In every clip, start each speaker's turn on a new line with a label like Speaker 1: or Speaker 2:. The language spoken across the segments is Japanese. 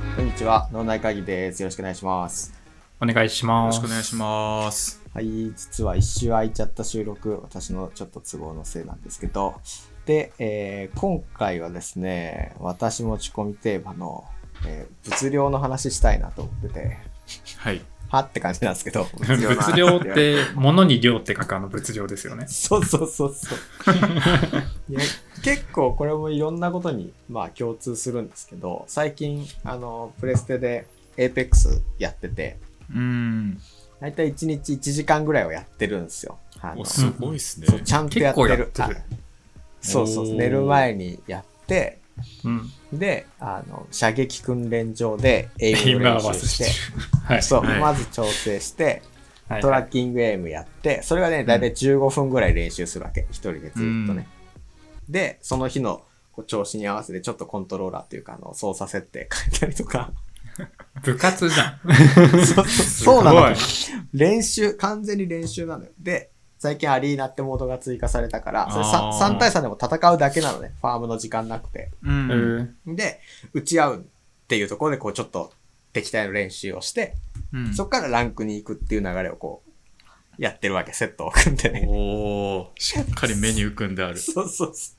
Speaker 1: オンライン会議です。よろしくお願いします。
Speaker 2: お願いしま
Speaker 3: ろ
Speaker 2: す。
Speaker 3: しくお願いします。
Speaker 1: はい、実は一周空いちゃった収録、私のちょっと都合のせいなんですけど、で、えー今回はですね、私持ち込みテーマの、えー物量の話したいなと思ってて、
Speaker 3: はい。
Speaker 1: はって感じなんですけ ど、
Speaker 2: 物量
Speaker 1: の話
Speaker 2: って、物に量って書くあの物量ですよね。
Speaker 1: そうそうそうそう。いや結構これもいろんなことにまあ共通するんですけど、最近あのプレステで Apex やってて、
Speaker 3: うん。
Speaker 1: だいたい1日1時間ぐらいをやってるんですよ。あの
Speaker 3: お、すごいっすね。
Speaker 1: そうちゃんとやってる。
Speaker 2: 結構やってる
Speaker 1: あそうそう
Speaker 3: お
Speaker 1: そう、
Speaker 3: ー
Speaker 1: 寝る前にやって、
Speaker 2: うん。
Speaker 1: で、あの射撃訓練場でエ
Speaker 2: エ
Speaker 1: イ
Speaker 2: イ
Speaker 1: ム
Speaker 2: ム合
Speaker 1: 練
Speaker 2: わ
Speaker 1: 習
Speaker 2: せ
Speaker 1: し
Speaker 2: して
Speaker 1: て
Speaker 2: る、。はい。
Speaker 1: そう、
Speaker 3: はい
Speaker 1: まず調整して、
Speaker 2: はい
Speaker 1: トラッキングエイムやって、それがね、だいたい15分ぐらい練習するわけ。一人でずっとね。で、その日のこう調子に合わせて、ちょっとコントローラーというか、あの、操作設定変えたりとか。
Speaker 2: 部活じゃん。
Speaker 1: そうそうな
Speaker 2: は
Speaker 1: の
Speaker 2: い。。
Speaker 1: 練習、完全に練習なのよ。で、最近アリーナってモードが追加されたから、それ 3,
Speaker 3: あー
Speaker 1: 対3でも戦うだけなのね。ファームの時間なくて。
Speaker 3: うん。
Speaker 2: うん
Speaker 1: で、打ち合うっていうところで、こう、ちょっと敵対の練習をして、
Speaker 3: うん
Speaker 1: そこからランクに行くっていう流れをこう、やってるわけ。セットを組んでね。
Speaker 3: おー、しっかりメニュー組んであ る。
Speaker 1: そうそうそ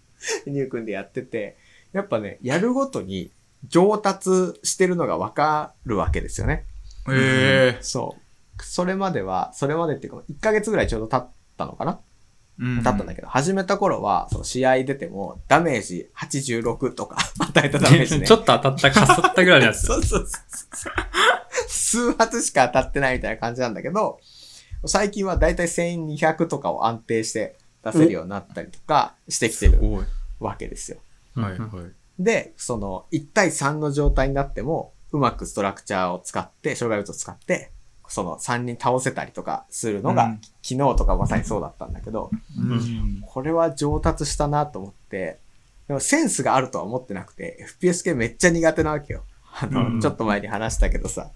Speaker 1: う。ニュー君でやってて、やっぱね、やるごとに上達してるのがわかるわけですよね。
Speaker 3: ええ
Speaker 1: そう。それまでは、それまでっていうか、1ヶ月ぐらいちょうど経ったのかな
Speaker 3: ー。
Speaker 1: 経ったんだけど、始めた頃は、その試合出ても、ダメージ86とか 与えたダメージね。
Speaker 2: ちょっと当たった、かさったぐらいのや つ。
Speaker 1: そうそうそうそう。数発しか当たってないみたいな感じなんだけど、最近はだいたい1200とかを安定して出せるようになったりとかしてきてる
Speaker 3: おい。
Speaker 1: わけですよ。
Speaker 3: はいはい。
Speaker 1: で、その、1対3の状態になっても、うまくストラクチャーを使って、障害物を使って、その3人倒せたりとかするのが、
Speaker 3: うん
Speaker 1: 昨日とかまさにそうだったんだけど、
Speaker 3: うん。
Speaker 1: これは上達したなと思って、でもセンスがあるとは思ってなくて、FPS 系めっちゃ苦手なわけよ。あの、
Speaker 2: うん
Speaker 1: ちょっと前に話したけどさ、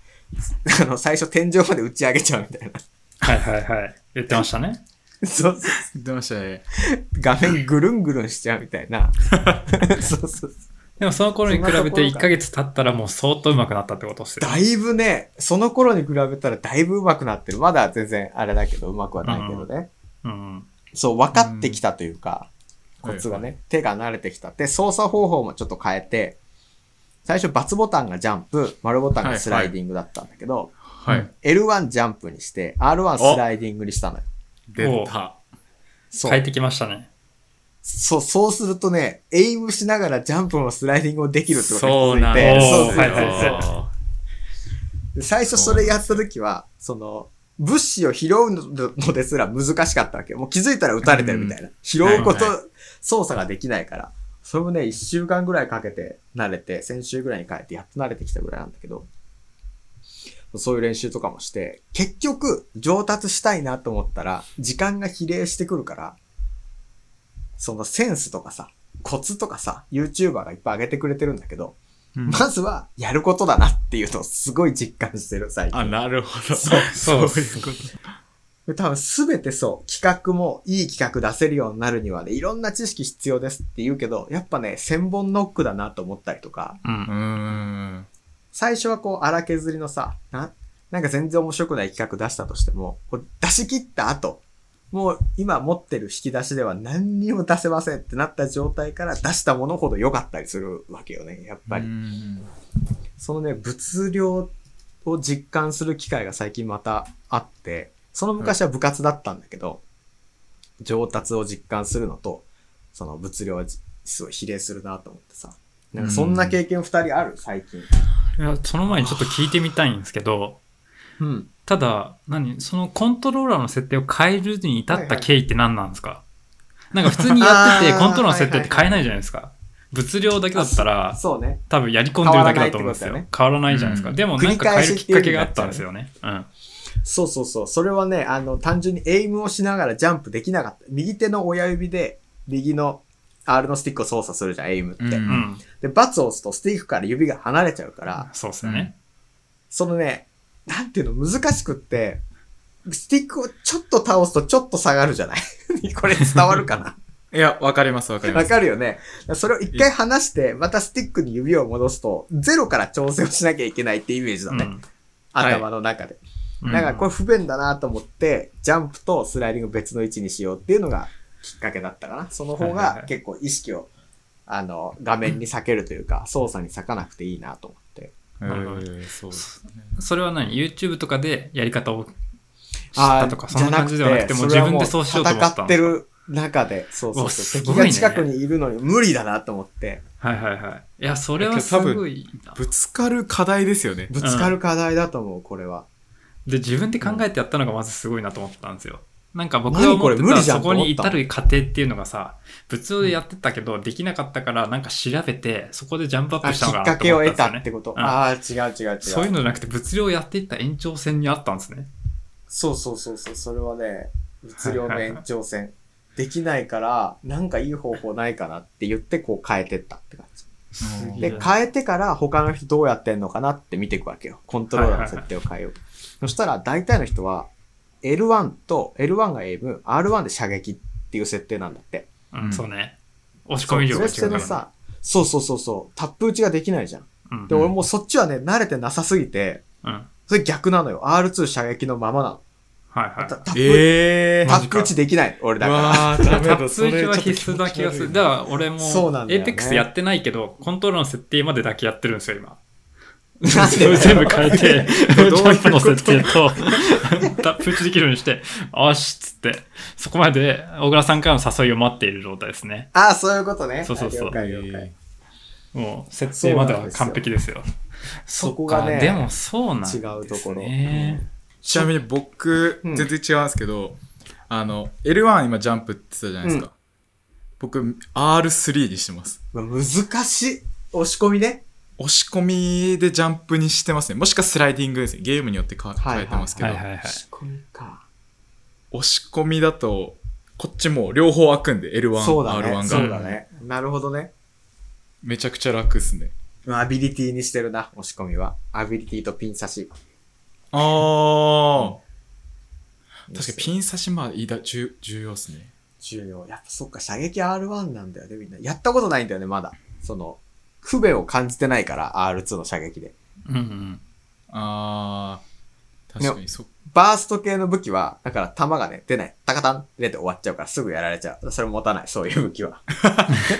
Speaker 1: あの、最初天井まで打ち上げちゃうみたいな。
Speaker 2: はいはいはい。言ってましたね。
Speaker 1: そうそう
Speaker 3: 出ましたね。
Speaker 1: 画面ぐるんぐるんしちゃうみたい な。そうそう。
Speaker 2: でもその頃に比
Speaker 1: そん
Speaker 2: べ
Speaker 1: なとこ
Speaker 2: て
Speaker 1: ろ
Speaker 2: 1
Speaker 1: が
Speaker 2: ヶ月経ったらもう相当上手くなったってことしてる。
Speaker 1: だいぶね、その頃に比べたらだいぶ上手くなってる。まだ全然あれだけど、上手くはないけどね。
Speaker 2: うん。
Speaker 1: そう、分かってきたというか、
Speaker 3: うん
Speaker 1: コツがね、手が慣れてきた。で、操作方法もちょっと変えて、最初、×ボタンがジャンプ、丸ボタンがスライディングだったんだけど、
Speaker 3: はい。
Speaker 1: L1 ジャンプにして、R1 スライディングにしたのよ。
Speaker 3: 出た。
Speaker 1: そ
Speaker 2: 変え
Speaker 1: う。
Speaker 2: てきましたね。
Speaker 1: そう、そうするとね、エイムしながらジャンプもスライディングもできるってことに
Speaker 3: そ
Speaker 1: 気
Speaker 3: う
Speaker 1: づ
Speaker 3: ないん
Speaker 1: て
Speaker 3: で
Speaker 2: お
Speaker 3: す
Speaker 2: ー
Speaker 1: そうそう
Speaker 3: よ。
Speaker 1: そう
Speaker 2: はいはい
Speaker 1: で最初それやった時は、その、物資を拾うのですら難しかったわけよ。もう気づいたら撃たれてるみたいな。拾うこと、
Speaker 3: はい
Speaker 1: 操作ができないから。それもね、一週間ぐらいかけて慣れて、先週ぐらいに帰ってやっと慣れてきたぐらいなんだけど、そういう練習とかもして、結局上達したいなと思ったら、時間が比例してくるから、そのセンスとかさ、コツとかさ、YouTuber がいっぱい上げてくれてるんだけど、
Speaker 3: うん
Speaker 1: まずはやることだなっていうのをすごい実感してる、最近。
Speaker 3: あ、なるほど。
Speaker 1: そう
Speaker 2: そう
Speaker 3: そういうこと。
Speaker 1: 多分すべてそう、企画もいい企画出せるようになるにはね、いろんな知識必要ですって言うけど、やっぱね、千本ノックだなと思ったりとか、
Speaker 2: うん
Speaker 3: う。ーん。
Speaker 1: 最初はこう荒削りのさ、な、なんか全然面白くない企画出したとしても、こう出し切った後、もう今持ってる引き出しでは何にも出せませんってなった状態から出したものほど良かったりするわけよね、やっぱり。
Speaker 3: うん
Speaker 1: そのね、物量を実感する機会が最近またあって、その昔は部活だったんだけど、上達を実感するのと、その物量はじすごい比例するなと思ってさ。なんかそんな経験二人ある最近。
Speaker 2: いや、その前にちょっと聞いてみたいんですけど、
Speaker 1: うん。
Speaker 2: ただ、何そのコントローラーの設定を変えるに至った経緯って何なんですか、なんか普通にやってて
Speaker 1: あー
Speaker 2: コントローラーの設定って変えないじゃないですか。物量だけだったら
Speaker 1: そうね。
Speaker 2: 多分やり込んでるだけだと思うんですよ。変わ
Speaker 1: 変
Speaker 2: らないじゃないですか。
Speaker 3: うん
Speaker 2: でもなんか変えるきっかけがあったんですよね。うん。
Speaker 1: そうそうそう。それはね、あの、単純にエイムをしながらジャンプできなかった。右手の親指で、右の R のスティックを操作するじゃん、エイムって。
Speaker 3: うん
Speaker 2: うん。
Speaker 1: で、バツを押すとスティックから指が離れちゃうから、
Speaker 2: そうですよね。
Speaker 1: そのね、なんていうの、難しく って、スティックをちょっと倒すとちょっと下がるじゃないこれ伝わるかな
Speaker 3: いや、わかります、わかりま
Speaker 1: わ
Speaker 3: す。
Speaker 1: かるよね。それを一回離して、またスティックに指を戻すと、ゼロから調整をしなきゃいけないってイメージだね。
Speaker 3: はい
Speaker 1: 頭の中で。
Speaker 2: うん
Speaker 1: だからこれ不便だなと思って、ジャンプとスライディング別の位置にしようっていうのがきっかけだったかな。その方
Speaker 2: はいはいは
Speaker 1: が
Speaker 2: い
Speaker 1: 結構意識を、あの、画面に避けるというか、操作に避かなくていいなと思って。
Speaker 3: うん
Speaker 2: なるほど
Speaker 3: そうですね。
Speaker 2: それは何 ?YouTube とかでやり方を知っ
Speaker 1: あ
Speaker 2: たとか、そんな感じではなくて、もう
Speaker 1: それ
Speaker 2: 自
Speaker 1: は
Speaker 2: 分でそうしようと思っ
Speaker 1: 戦
Speaker 2: てた
Speaker 1: っ
Speaker 2: の
Speaker 1: てる中で、そうそうそう。
Speaker 2: うわすご
Speaker 1: 敵
Speaker 2: いね
Speaker 1: が近くにいるのに無理だなと思って、
Speaker 2: はいはいはい。いや、それはすごいな。
Speaker 3: ぶつかる課題ですよね。
Speaker 1: ぶつかる課題だと思う、これは。
Speaker 2: で、自分で考えてやったのがまずすごいなと思ったんですよ。なんか僕
Speaker 1: 何
Speaker 2: が思って
Speaker 1: これ無理
Speaker 2: た
Speaker 1: じゃん
Speaker 2: そこに至る過程っていうのがさ、物をでやってたけど、できなかったから、なんか調べて、そこでジャンプアッ
Speaker 1: あ
Speaker 2: プ
Speaker 1: き
Speaker 2: したのか
Speaker 1: っ
Speaker 2: な
Speaker 1: か
Speaker 2: って
Speaker 1: け
Speaker 2: 思
Speaker 1: を
Speaker 2: ったん
Speaker 1: 得た
Speaker 2: ですよ
Speaker 1: っ
Speaker 2: ね
Speaker 1: て。こと。
Speaker 2: うん
Speaker 1: ああ、違う違う違う。
Speaker 2: そういうのじゃなくて、物量をやっていった延長線にあったんですね。
Speaker 1: そうそうそうそう、それはね、物量の延長線。できないから、なんかいい方法ないかなって言って、こう変えてったって感じ。
Speaker 3: うん
Speaker 1: で、変えてから他の人どうやってんのかなって見ていくわけよ。コントローラーの設定を変えよう。そしたら、大体の人は、L1 と、L1 がエイム、R1 で射撃っていう設定なんだって。
Speaker 2: うん、そうね。押し
Speaker 1: そ
Speaker 2: 込
Speaker 1: う
Speaker 2: み
Speaker 1: そ
Speaker 2: 量
Speaker 1: れ
Speaker 2: が
Speaker 1: って
Speaker 2: 違う
Speaker 1: の
Speaker 2: からね。
Speaker 1: さ、そうそうそうそう、タップ打ちができないじゃん。
Speaker 2: うん
Speaker 1: で、俺もうそっちはね、慣れてなさすぎて、
Speaker 2: うん。はい
Speaker 1: それ逆なのよ。R2 射撃のままなの。
Speaker 2: は
Speaker 1: タ
Speaker 2: い。
Speaker 1: タップ、
Speaker 3: え
Speaker 1: タ
Speaker 3: ー。
Speaker 1: ップ打ちできない、俺だから。
Speaker 3: わー、ダメ
Speaker 2: タ
Speaker 3: だ、
Speaker 2: ッ
Speaker 3: そ
Speaker 2: プ打
Speaker 3: れ
Speaker 2: ち
Speaker 3: ちょっ
Speaker 2: は
Speaker 3: と気持
Speaker 2: 必須な気がする。だ
Speaker 3: だ
Speaker 2: から俺も、
Speaker 1: そうなんだよね
Speaker 2: APEX やってないけど、コントローラーの設定までだけやってるんですよ、今。
Speaker 1: なんでだよ
Speaker 2: 全部変えて、ジ
Speaker 1: どういうこと
Speaker 2: ャンプの設定と、タップ打ちできるように して、よしっつって、そこまで小倉さんからの誘いを待っている状態ですね。
Speaker 1: ああ、そういうことね。
Speaker 2: そうそうそう
Speaker 1: 了解了解。
Speaker 2: もう、設定までは完璧です
Speaker 1: そう
Speaker 2: よ。
Speaker 1: なんですよそ
Speaker 2: そ
Speaker 1: こ
Speaker 2: こ
Speaker 1: が
Speaker 2: が
Speaker 1: ね
Speaker 2: ね。でもそうなんです
Speaker 1: 違
Speaker 2: ね。
Speaker 1: うところ。
Speaker 3: ちなみに僕、
Speaker 1: うん
Speaker 3: 全然違うんですけど、あの、L1 今ジャンプって言ってたじゃないですか。僕、R3 にしてます。
Speaker 1: うん難しい。押し込みね。
Speaker 3: 押し込みでジャンプにしてますね。もしくはスライディングですね。ゲームによってか
Speaker 1: はい
Speaker 3: 変えてますけど、
Speaker 2: はいはいはい。
Speaker 1: 押し込みか。
Speaker 3: 押し込みだと、こっちもう両方開くんで、L1、
Speaker 1: そうだね。
Speaker 3: R1
Speaker 1: そ
Speaker 3: が
Speaker 1: う。だね。なるほどね。
Speaker 3: めちゃくちゃ楽っすね。
Speaker 1: まあアビリティにしてるな、押し込みは。アビリティとピン差し。
Speaker 3: あー。確かに
Speaker 1: ン。
Speaker 3: ピン差しまあいだ重重要っすね。
Speaker 1: 重要。やっぱそっか、射撃 R1 なんだよね、みんな。やったことないんだよね、まだ。その、不便を感じてないから、R2 の射撃で。
Speaker 2: うんうん。
Speaker 3: あー。確かにそっ
Speaker 1: バースト系の武器は、だから弾がね、出ない。タカタン出て終わっちゃうからすぐやられちゃう。それ持たない、そういう武器は。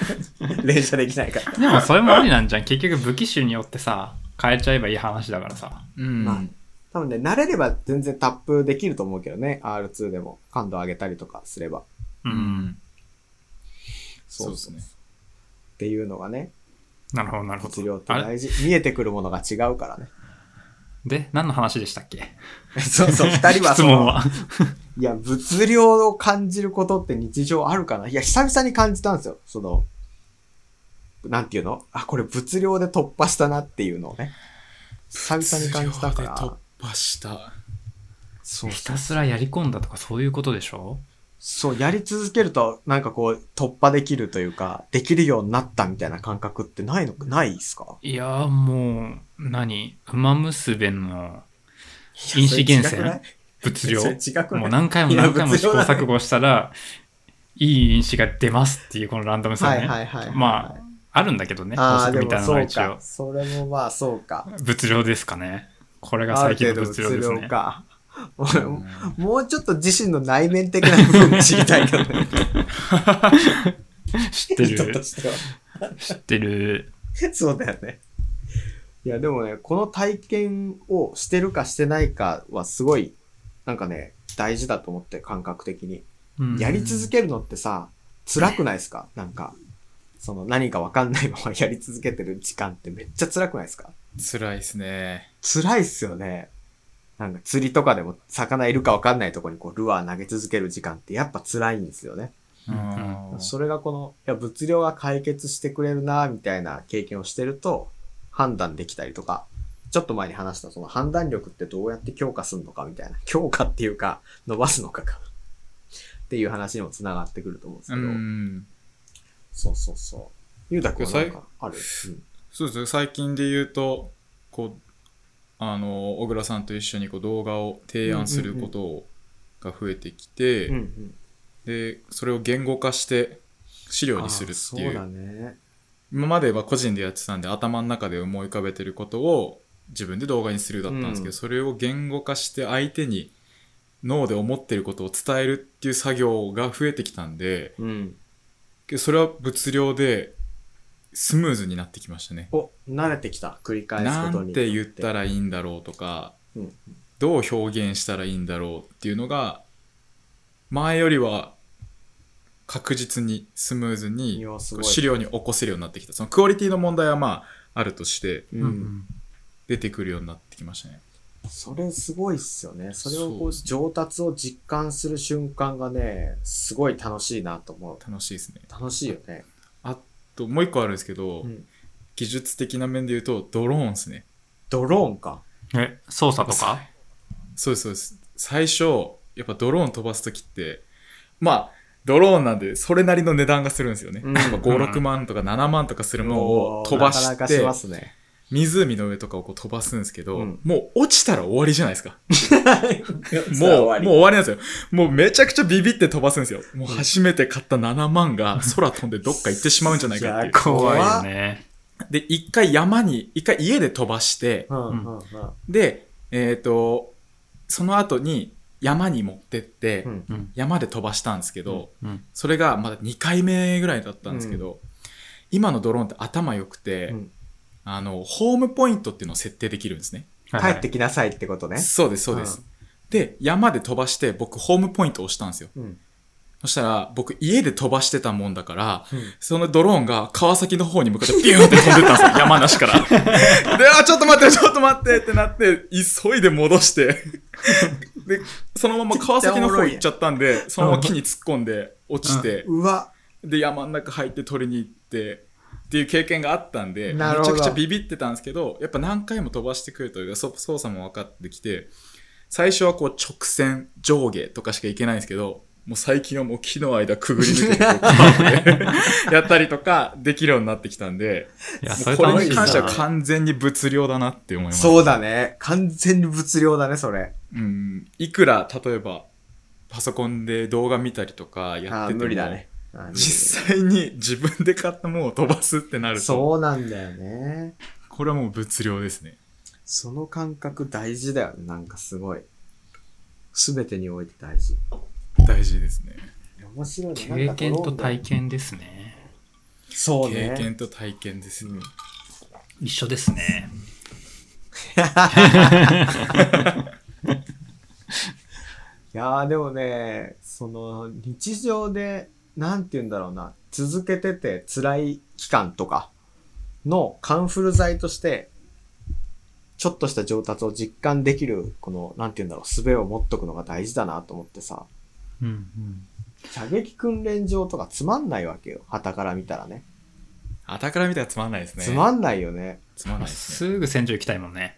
Speaker 1: 連射できないから。
Speaker 2: でもそれもありなんじゃん。結局武器種によってさ、変えちゃえばいい話だからさ。
Speaker 3: うん。
Speaker 1: まあ多分ね、慣れれば全然タップできると思うけどね。R2 でも感度上げたりとかすれば。
Speaker 2: う。
Speaker 3: うんん。そうですね。
Speaker 1: っていうのがね、
Speaker 2: なるほど、なるほ
Speaker 1: 物量
Speaker 2: ど
Speaker 1: っ。て
Speaker 2: あれ
Speaker 1: 大事。見えてくるものが違うからね。
Speaker 2: で、何の話でしたっけ
Speaker 1: そうそう、二人は
Speaker 2: 質
Speaker 1: その
Speaker 2: 問は。
Speaker 1: いや、物量を感じることって日常あるかないや、久々に感じたんですよ。その、なんていうのあ、これ物量で突破したなっていうのをね。久々に感じたか
Speaker 3: 通量
Speaker 1: ら
Speaker 3: で。突破した。
Speaker 1: そう
Speaker 2: ひ
Speaker 1: そ
Speaker 2: た
Speaker 1: う。
Speaker 2: すらやり込んだとかそういうことでしょ
Speaker 1: そう、やり続けると、なんかこう、突破できるというか、できるようになったみたいな感覚ってないの、ないですか
Speaker 2: いやーもう、何馬娘の因子厳選物量
Speaker 1: それ違くない
Speaker 2: もう何回も何回も試行錯誤したら、いい因子が出ますっていうこのランダムさ
Speaker 1: は
Speaker 2: ね。
Speaker 1: いはいはいはい。
Speaker 2: まあるんだけどね、
Speaker 1: あ
Speaker 2: 法
Speaker 1: あー、
Speaker 2: 則
Speaker 1: で
Speaker 2: みたい
Speaker 1: もそ
Speaker 2: なのは
Speaker 1: う
Speaker 2: 一
Speaker 1: か
Speaker 2: 応。。
Speaker 1: それもまあそうか。
Speaker 2: 物量ですかね。これが
Speaker 1: ある
Speaker 2: 最近
Speaker 1: 程
Speaker 2: の
Speaker 1: 度
Speaker 2: 物量ですね。
Speaker 1: か。
Speaker 3: うん
Speaker 1: もうちょっと自身の内面的な部分が知りたいけどね。
Speaker 2: 知って
Speaker 1: 人と
Speaker 2: る、
Speaker 1: しては。
Speaker 2: 知ってる。
Speaker 1: そうだよね。いや、でもね、この体験をしてるかしてないかはすごい、なんかね、大事だと思って、感覚的に。
Speaker 2: うん
Speaker 1: やり続けるのってさ、辛くないですかなんか、その何かわかんないままやり続けてる時間ってめっちゃ辛くないですか
Speaker 3: 辛いですね。
Speaker 1: 辛いっすよね。なんか釣りとかでも魚いるかわかんないとこにこうルアー投げ続ける時間ってやっぱ辛いんですよね。
Speaker 2: うん
Speaker 3: あー
Speaker 1: それがこの、いや、物量が解決してくれるな、みたいな経験をしてると、判断できたりとか、ちょっと前に話したその判断力ってどうやって強化するのかみたいな、強化っていうか、伸ばすのかか。っていう話にも繋がってくると思うんです
Speaker 3: う
Speaker 1: けど、
Speaker 3: ん。
Speaker 1: そうそうそう。ゆうたくんはなんかある、
Speaker 3: そうですね。最近で言うと、こう、あの、小倉さんと一緒にこう動画を提案することをが増えてきて、
Speaker 1: うん、うんうん。
Speaker 3: で、それを言語化して、資料にするってい
Speaker 1: あ
Speaker 3: う
Speaker 1: そうだね。
Speaker 3: 今までは個人でやってたんで頭の中で思い浮かべてることを自分で動画にするだったんですけど、
Speaker 1: うん
Speaker 3: それを言語化して相手に脳で思ってることを伝えるっていう作業が増えてきたんで
Speaker 1: うん。
Speaker 3: けどそれは物量でスムーズになってきましたね。
Speaker 1: お、慣れてきた。繰り返す
Speaker 3: な
Speaker 1: ことに。
Speaker 3: んて言ったらいいんだろうとか、
Speaker 1: うん
Speaker 3: どう表現したらいいんだろうっていうのが前よりは確実にスムーズ
Speaker 1: い
Speaker 3: に
Speaker 1: やすごい
Speaker 3: 資料に起こせるようになってきたそのクオリティの問題はまああるとして
Speaker 1: う。
Speaker 2: うんん。
Speaker 3: 出てくるようになってきましたね
Speaker 1: それすごいっすよね。それをこ
Speaker 3: そう
Speaker 1: う、
Speaker 3: です
Speaker 1: 上達を実感する瞬間がね、すごい楽しいなと思う。
Speaker 3: 楽しいですね
Speaker 1: 楽しいよね。
Speaker 3: ともう一個あるんですけど、
Speaker 1: うん
Speaker 3: 技術的な面で言うとドローンですね
Speaker 1: ドローンか。
Speaker 2: え、操作とか
Speaker 3: そうですそうです最初やっぱドローン飛ばす時ってまあドローンなんでそれなりの値段がするんですよね、
Speaker 1: うん
Speaker 3: やっぱ56万とか7万とかするものを
Speaker 1: おー
Speaker 3: 飛ば
Speaker 1: な
Speaker 3: し
Speaker 1: かなかしてますね。
Speaker 3: 湖の上とかをこう飛ばすんですけど、
Speaker 1: うん
Speaker 3: もう落ちたら終わりじゃないですか。
Speaker 1: そ
Speaker 3: も
Speaker 1: れは
Speaker 3: う、
Speaker 1: 終
Speaker 3: もう
Speaker 1: わり
Speaker 3: 終わりなんですよ。もうめちゃくちゃビビって飛ばすんですよ。もう初めて買った7万が空飛んでどっか行ってしまうんじゃないか っていう
Speaker 1: いや。
Speaker 2: 怖いよね。
Speaker 3: で、一回山に、一回家で飛ばして、
Speaker 1: うんうんうん。
Speaker 3: で、えっ、と、その後に山に持ってって、
Speaker 1: うん
Speaker 2: うん。
Speaker 3: 山で飛ばしたんですけど、
Speaker 2: うん。
Speaker 3: それがまだ2回目ぐらいだったんですけど、今のドローンって頭良くて、
Speaker 1: うん
Speaker 3: あの、ホームポイントっていうのを設定できるんですね。
Speaker 1: 帰ってきなさいってことね。
Speaker 3: そうです、そうです。で、山で飛ばして、僕、ホームポイントを押したんですよ。
Speaker 1: うん。
Speaker 3: そしたら、僕、家で飛ばしてたもんだから、
Speaker 1: うん
Speaker 3: そのドローンが川崎の方に向かってビューンって飛んでったんですよ、山梨から。で、あ、ちょっと待って、ちょっと待ってってなって、急いで戻して、で、そのまま川崎の方行っちゃったんで、そのまま木に突っ込んで落ちて、
Speaker 1: うわ、
Speaker 3: で、山の中入って取りに行って、っていう経験があったんで、めち
Speaker 1: なる
Speaker 3: ゃ
Speaker 1: ほど
Speaker 3: くちゃビビってたんですけど、やっぱ何回も飛ばしてくるというか、そ操作も分かってきて、最初はこう直線、上下とかしかいけないんですけど、もう最近はもう木の間くぐり抜けてこうカーブでやったりとかできるようになってきたんで、
Speaker 2: いや、
Speaker 3: も
Speaker 2: それ
Speaker 3: うこ
Speaker 2: 楽
Speaker 3: れ
Speaker 2: しい
Speaker 3: に
Speaker 2: な
Speaker 3: 関しては完全に物量だなって思いま す。
Speaker 1: そうだね。完全に物量だね、それ。
Speaker 3: うん、いくら、例えば、パソコンで動画見たりとかやっ
Speaker 1: あー
Speaker 3: てても、
Speaker 1: 無理だね。あー無理
Speaker 3: 実際に自分で買ったものを飛ばすってなると、
Speaker 1: そうなんだよね。
Speaker 3: これはもう物量ですね。
Speaker 1: その感覚大事だよね。なんかすごい。すべてにおいて大事。
Speaker 3: 大事ですね。
Speaker 1: 面白いね。
Speaker 2: 経験と体
Speaker 1: 験。
Speaker 2: 験ですね。
Speaker 1: そう
Speaker 3: 経
Speaker 1: ね。
Speaker 3: 験と体験ですね。
Speaker 2: 一緒ですね。
Speaker 1: いやーでもね、その日常で、なんて言うんだろうな、続けてて辛い期間とかのカンフル剤として、ちょっとした上達を実感できる、この、なんて言うんだろう、術を持っとくのが大事だなと思ってさ、
Speaker 2: うんうん。
Speaker 1: 射撃訓練場とかつまんないわけよ。旗から見たらね。
Speaker 3: あたから見たらつまんないですね。
Speaker 1: つまんないよね。
Speaker 3: つまんないですね。
Speaker 2: すぐ戦場行きたいもんね。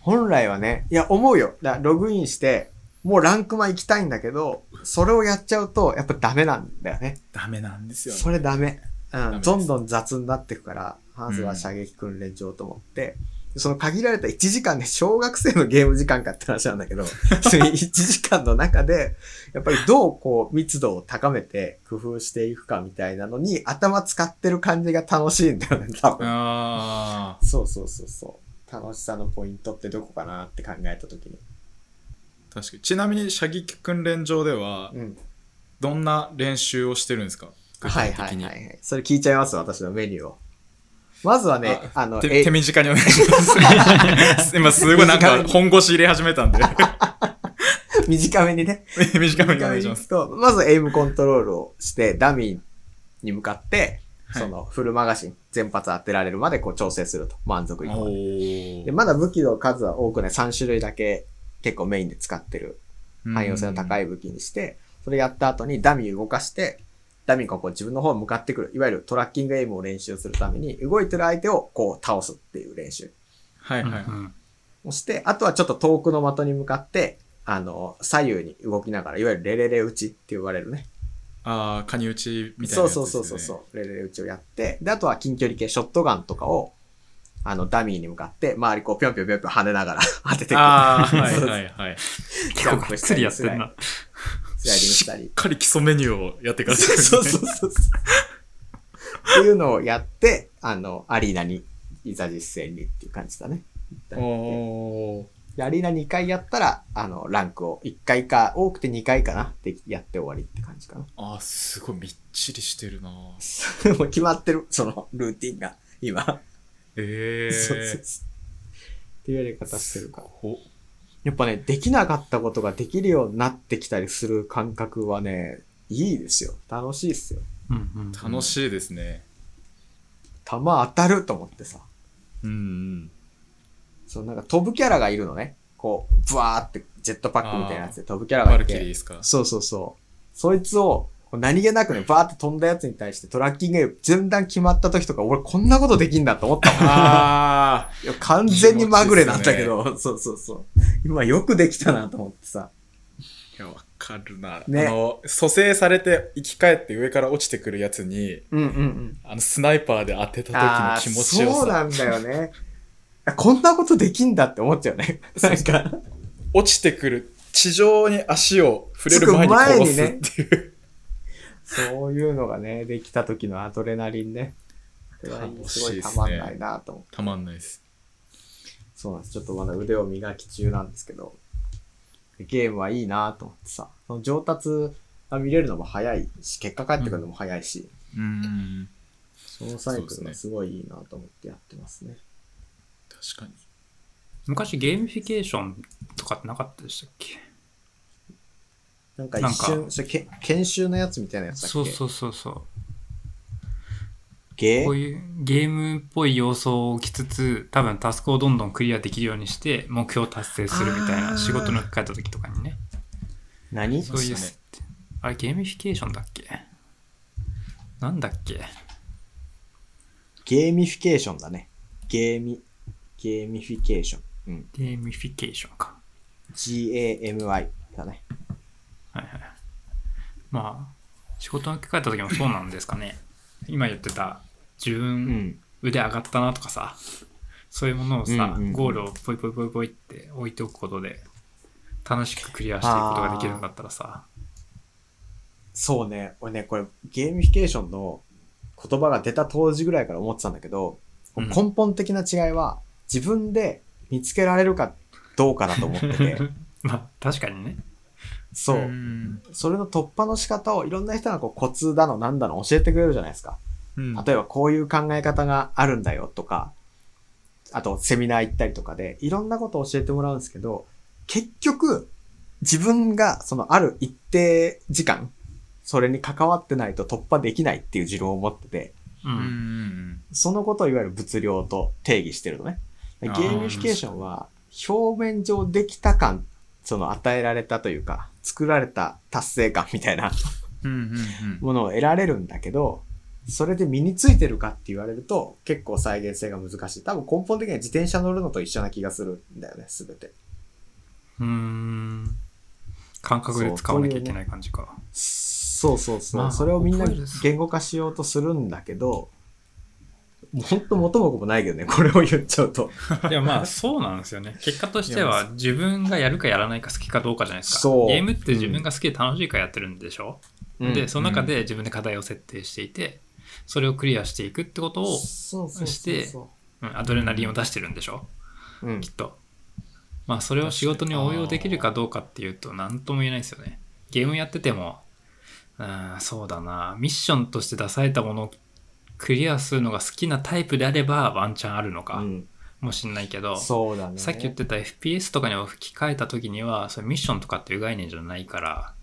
Speaker 1: 本来はね、いや、思うよ。だからログインして、もうランクマン行きたいんだけど、それをやっちゃうと、やっぱダメなんだよね。
Speaker 3: ダメなんですよね。
Speaker 1: それダメ。う
Speaker 3: メ
Speaker 1: ん。
Speaker 3: です
Speaker 1: どんどん雑になってくから、まずは射撃訓練場と思って、その限られた1時間で小学生のゲーム時間かって話なんだ けど、その1時間の中で、やっぱりどうこう密度を高めて工夫していくかみたいなのに、頭使ってる感じが楽しいんだよね、多分。
Speaker 3: あ
Speaker 1: そうそうそうそう。楽しさのポイントってどこかなって考えたときに。
Speaker 3: ー確かに。ちなみに射撃訓練場では、
Speaker 1: うん。
Speaker 3: どんな練習をしてるんですか具
Speaker 1: はい
Speaker 3: 体
Speaker 1: は
Speaker 3: 的
Speaker 1: いはい
Speaker 3: に。
Speaker 1: はい。それ聞いちゃいます、私のメニューを。まずはね、あの、
Speaker 3: 手
Speaker 1: え
Speaker 3: 手短にお願いします。今すごいなんか本腰入れ始めたんで、
Speaker 1: 短めにね。
Speaker 3: 短めにお願いします。
Speaker 1: と、まずエイムコントロールをして、ダミーに向かって、
Speaker 3: はい
Speaker 1: そのフルマガジン、全発当てられるまでこう調整すると。満足いくまで。
Speaker 3: ー
Speaker 1: でまだ武器の数は多くない。3種類だけ結構メインで使ってる汎用性の高
Speaker 3: い。
Speaker 1: い武器にして、それやった後にダミー動かして、ダミーがこう自分の方に向かってくる。いわゆるトラッキングエイムを練習するために、動いてる相手をこう倒すっていう練習
Speaker 3: はいはい。
Speaker 2: うんうん
Speaker 1: をして、あとはちょっと遠くの的に向かって、あの、左右に動きながら、いわゆるレレレ打ちって呼ばれるね。
Speaker 3: ああ、カニ打ちみたいな
Speaker 1: そう
Speaker 3: やつです
Speaker 1: そ
Speaker 3: ね。
Speaker 1: うそうそうそう、レレレ打ちをやって、で、あとは近距離系ショットガンとかを、あの、ダミーに向かって、周りこう、ぴょんぴょんぴょんぴょん跳ねながら 当ててくる。
Speaker 3: ああ、はいはいはい。
Speaker 2: 結構がっつりやってんな。
Speaker 1: そうライディングした
Speaker 3: し
Speaker 1: り
Speaker 3: っ。かり基礎メニューをやってから
Speaker 1: そうそう そうそう。っていうのをやって、あの、アリーナに、いざ実践にっていう感じだね。
Speaker 3: おー
Speaker 1: でアリーナ2回やったら、あの、ランクを1回か、多くて2回かなってやって終わりって感じかな。
Speaker 3: あーすごいみっちりしてるな
Speaker 1: もう決まってる、その、ルーティンが、今。
Speaker 3: ええー、
Speaker 1: そうそうそう。っていうやり方してるから。
Speaker 3: ほ
Speaker 1: やっぱね、できなかったことができるようになってきたりする感覚はね、いいですよ。楽しいっすよ。
Speaker 2: うんうんうん
Speaker 3: 楽しいですね
Speaker 1: 弾当たると思ってさ。
Speaker 3: うんうん
Speaker 1: そのなんか飛ぶキャラがいるのね。こう、ブワーってジェットパックみたいなやつで飛ぶキャラが
Speaker 3: バ
Speaker 1: い
Speaker 3: ルキリーで
Speaker 1: て。
Speaker 3: すか
Speaker 1: そうそうそう。そいつを、こう何気なくね、バーって飛んだやつに対してトラッキング前段決まった時とか、俺こんなことできんだと思ったもん。
Speaker 3: あ
Speaker 1: いや完全にまぐれなんだけど、そうそうそう。今よくできたなと思ってさ。
Speaker 3: あ いやわかるな、
Speaker 1: ね
Speaker 3: あの蘇生されて生き返って上から落ちてくるやつに
Speaker 1: うんうんうん。
Speaker 3: あのスナイパーで当て
Speaker 1: あ
Speaker 3: た時の気持ちよ
Speaker 1: ーそうな
Speaker 3: さ
Speaker 1: んだよね。あこんなことできんだって思っちゃうね。なんか、
Speaker 3: 落ちてくる地上に足を触れる前に殺すっていう
Speaker 1: そういうのがね、できた時のアドレナリンね。これはすごいたまんないなと思って。
Speaker 3: たまんないです
Speaker 1: そうなんです。ちょっとまだ腕を磨き中なんですけど、ゲームはいいなと思ってさ、その上達が見れるのも早いし、結果返ってくるのも早いし、
Speaker 3: うん
Speaker 1: そのサイクルがすごいいいなと思ってやってますね。
Speaker 3: 確かに
Speaker 2: 昔ゲーミフィケーションとかってなかったでしたっけ
Speaker 1: なんか一
Speaker 2: なん
Speaker 1: 瞬、それけ研修のやつみたいなやつだっけ
Speaker 2: そうそうそうそう
Speaker 1: ゲ
Speaker 2: こう
Speaker 1: ー
Speaker 2: いうゲームっぽい要素を置きつつ多分タスクをどんどんクリアできるようにして目標を達成するみたい
Speaker 3: あー
Speaker 2: な仕事の書かれた時とかにね
Speaker 1: 何
Speaker 2: そういう
Speaker 3: そうで
Speaker 2: 設
Speaker 3: す
Speaker 2: 定あれゲーミフィケーションだっけなんだっけ
Speaker 1: ゲーミフィケーションだね。ゲーミ、ゲーミフィケーション。うん。
Speaker 2: ゲーミフィケーションか
Speaker 1: GAMI だね。
Speaker 2: はいはいまあ仕事の書かれた時もそうなんですかね 今言ってた自
Speaker 1: う
Speaker 2: 分
Speaker 1: ん。
Speaker 2: 腕上がったなとかさそういうものをさ、
Speaker 1: うんうんうん
Speaker 2: ゴールをポイポイポイポイって置いておくことで楽しくクリアしていくことができるんだったらさ
Speaker 1: そうね。俺ね、これ、ゲーミフィケーションの言葉が出た当時ぐらいから思ってたんだけど、
Speaker 2: うん
Speaker 1: 根本的な違いは、自分で見つけられるかどうかだと思ってて、
Speaker 2: まあ確かにね
Speaker 1: そうう。
Speaker 3: ん
Speaker 1: それの突破の仕方をいろんな人がこうコツだのなんだの教えてくれるじゃないですか。
Speaker 3: うん
Speaker 1: 例えばこういう考え方があるんだよとか、あとセミナー行ったりとかで、いろんなことを教えてもらうんですけど、結局、自分がそのある一定時間、それに関わってないと突破できないっていう持論を持ってて、
Speaker 2: う
Speaker 3: うんうん
Speaker 2: ん
Speaker 1: そのことをいわゆる物量と定義してるのね。ゲ
Speaker 3: あー
Speaker 1: ーミフィケーションは、表面上できた感、その与えられたというか、作られた達成感みたいな
Speaker 3: うんうんうん
Speaker 1: ものを得られるんだけど、それで身についてるかって言われると結構再現性が難しい。多分根本的には自転車乗るのと一緒な気がするんだよね、すべて。
Speaker 2: うーん感覚で使わなきゃいけない感じか
Speaker 1: そうそうそう。
Speaker 2: まあ
Speaker 1: それをみんな
Speaker 2: 覚えるです
Speaker 1: 言語化しようとするんだけど、もうほんと元も子もないけどね、これを言っちゃうと。
Speaker 2: いやまあそうなんですよね結果として
Speaker 3: いやま
Speaker 2: は自分がやるかやらないか好きかどうかじゃないですか
Speaker 1: そう
Speaker 2: ゲームって自分が好きで楽しいからやってるんでしょ、
Speaker 1: う
Speaker 2: で
Speaker 1: ん
Speaker 2: その中で自分で課題を設定していてそれをクリアしていくってことを、
Speaker 1: そうそうそうそう
Speaker 2: してうん、アドレナリンを出してるんでしょ
Speaker 1: うん
Speaker 2: きっとまあそれを仕事に応用できるかどうかっていうと何とも言えないですよねゲームやっててもうんそうだなミッションとして出されたものをクリアするのが好きなタイプであればワンチャンあるのか
Speaker 1: うん
Speaker 2: もしんないけど、
Speaker 1: そうだね。
Speaker 2: さっき言ってた FPS とかに置き換えた時にはそれミッションとかっていう概念じゃないから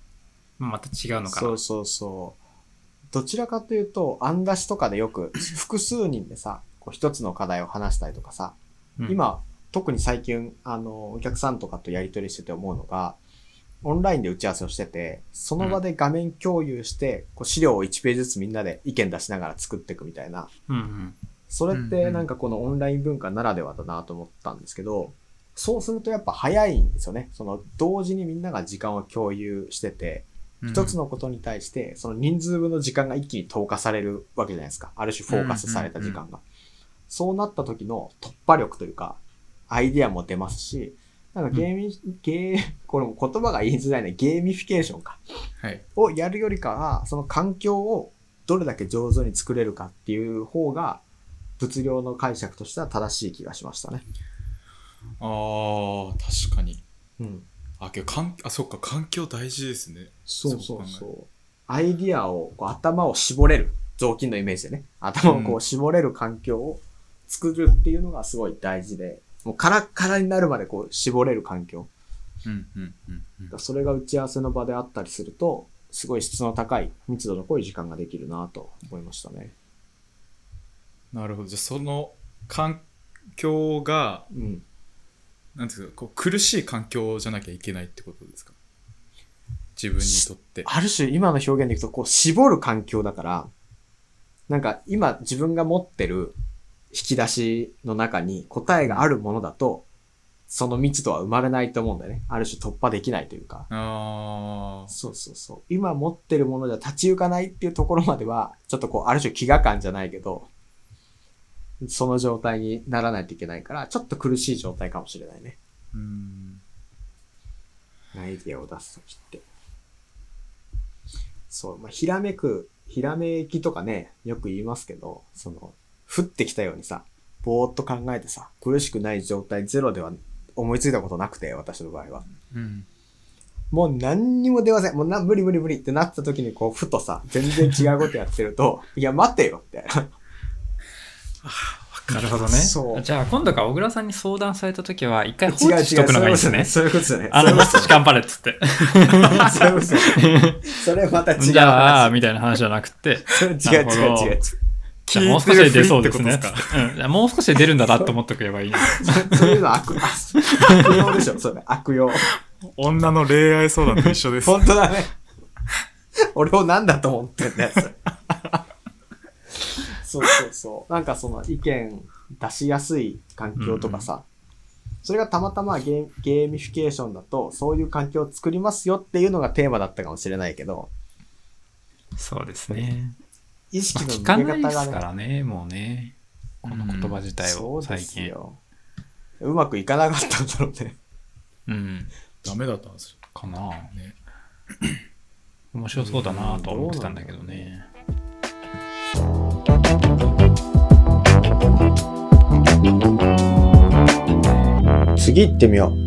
Speaker 2: また違うのか
Speaker 1: そ
Speaker 2: な
Speaker 1: うそうそう。どちらかというと、案出しとかでよく複数人でさ、こう一つの課題を話したりとかさ、
Speaker 2: うん
Speaker 1: 今、特に最近、あの、お客さんとかとやり取りしてて思うのが、オンラインで打ち合わせをしてて、その場で画面共有して、こう資料を1ページずつみんなで意見出しながら作っていくみたいな、
Speaker 2: うんうん
Speaker 1: それっ
Speaker 3: うんう
Speaker 1: て
Speaker 3: ん
Speaker 1: なんかこのオンライン文化ならではだなと思ったんですけど、そうするとやっぱ早いんですよね。その同時にみんなが時間を共有してて、
Speaker 3: うん
Speaker 1: 一つのことに対して、その人数分の時間が一気に投下されるわけじゃないですか。ある種フォーカスされた時間が。そうなった時の突破力というか、アイディアも出ますし、なんかゲーミ、ゲー、これも言葉が言いづらいね。ゲーミフィケーションか。
Speaker 3: はい。
Speaker 1: をやるよりかは、その環境をどれだけ上手に作れるかっていう方が、物量の解釈としては正しい気がしましたね。
Speaker 3: ああ、確かに。
Speaker 1: うん。
Speaker 3: あ、けど、かん、あ、そっか、環境大事ですね。
Speaker 1: そうそ
Speaker 3: そう考
Speaker 1: う
Speaker 3: え
Speaker 1: そう。アイディアを、こう頭を絞れる。雑巾のイメージでね。頭をこ
Speaker 3: う
Speaker 1: うん絞れる環境を作るっていうのがすごい大事で、もうカラッカラになるまでこう絞れる環境。
Speaker 3: うん、うん、うん、うん
Speaker 1: だからそれが打ち合わせの場であったりすると、すごい質の高い、密度の濃い時間ができるなと思いましたね。
Speaker 3: なるほど。じゃあ、その環境が、
Speaker 1: うん。
Speaker 3: なんていうか、こう、苦しい環境じゃなきゃいけないってことですか自分にとって。
Speaker 1: ある種今の表現でいくと、こう絞る環境だから、なんか今自分が持ってる引き出しの中に答えがあるものだと、その密度は生まれないと思うんだよね。ある種突破できないというか。
Speaker 3: ああ、
Speaker 1: そうそうそう。今持ってるものじゃ立ち行かないっていうところまでは、ちょっとこう、ある種飢餓感じゃないけど、その状態にならないといけないから、ちょっと苦しい状態かもしれないね。
Speaker 3: うん。
Speaker 1: アイディアを出すときって。そう、まあ、ひらめく、ひらめきとかね、よく言いますけど、その、降ってきたようにさ、ぼーっと考えてさ、苦しくない状態ゼロでは思いついたことなくて、私の場合は。
Speaker 3: うん。
Speaker 1: もう何にも出ません。もうな、無理無理無理ってなった時にこう、ふとさ、全然違うことやってると、 いや、待てよって。
Speaker 2: なるほどね。
Speaker 1: そう
Speaker 2: じゃあ今度から小倉さんに相談された時は一回放
Speaker 1: 違う違う、
Speaker 2: 置しとくのがいいですね。
Speaker 1: そういうことですね。
Speaker 2: あの人たち頑張れっつって。
Speaker 1: そういうことですね。それまた違う話。
Speaker 2: じゃあ、みたいな話じゃなくて。
Speaker 1: それ違う違う違う違う。
Speaker 2: じゃあもう少しで出そうです
Speaker 3: 聞
Speaker 2: ね
Speaker 3: いてるふりってこ。
Speaker 2: うんじゃあもう少しで出るんだなと思っとけばいい。
Speaker 1: そそういうの悪、あそう悪用でしょ、それ。悪用。
Speaker 3: 女の恋愛相談と一緒で
Speaker 1: 本当だね。 俺を何だと思ってんだよ、それ。そうそうそう。なんかその意見出しやすい環境とかさ、それがたまたまゲーゲーミフィケーションだと、そういう環境を作りますよっていうのがテーマだったかもしれないけど、
Speaker 2: そうですね。
Speaker 1: 意識
Speaker 2: まあ、
Speaker 1: の
Speaker 2: 聞か
Speaker 1: 抜
Speaker 2: な
Speaker 1: け
Speaker 2: い
Speaker 1: 方
Speaker 2: ですか
Speaker 1: が
Speaker 2: らね、もうね。この言葉自
Speaker 1: ね、
Speaker 2: 体
Speaker 1: そ
Speaker 2: を
Speaker 1: うで
Speaker 2: 最
Speaker 1: す
Speaker 2: 近。
Speaker 1: よ。うまくいかなかったんだろうね。
Speaker 2: うん。
Speaker 3: ダメだったんです
Speaker 2: かなあ
Speaker 3: よね。
Speaker 2: 面白そうだなとは思ってたんだけどね。
Speaker 1: 次行ってみよう。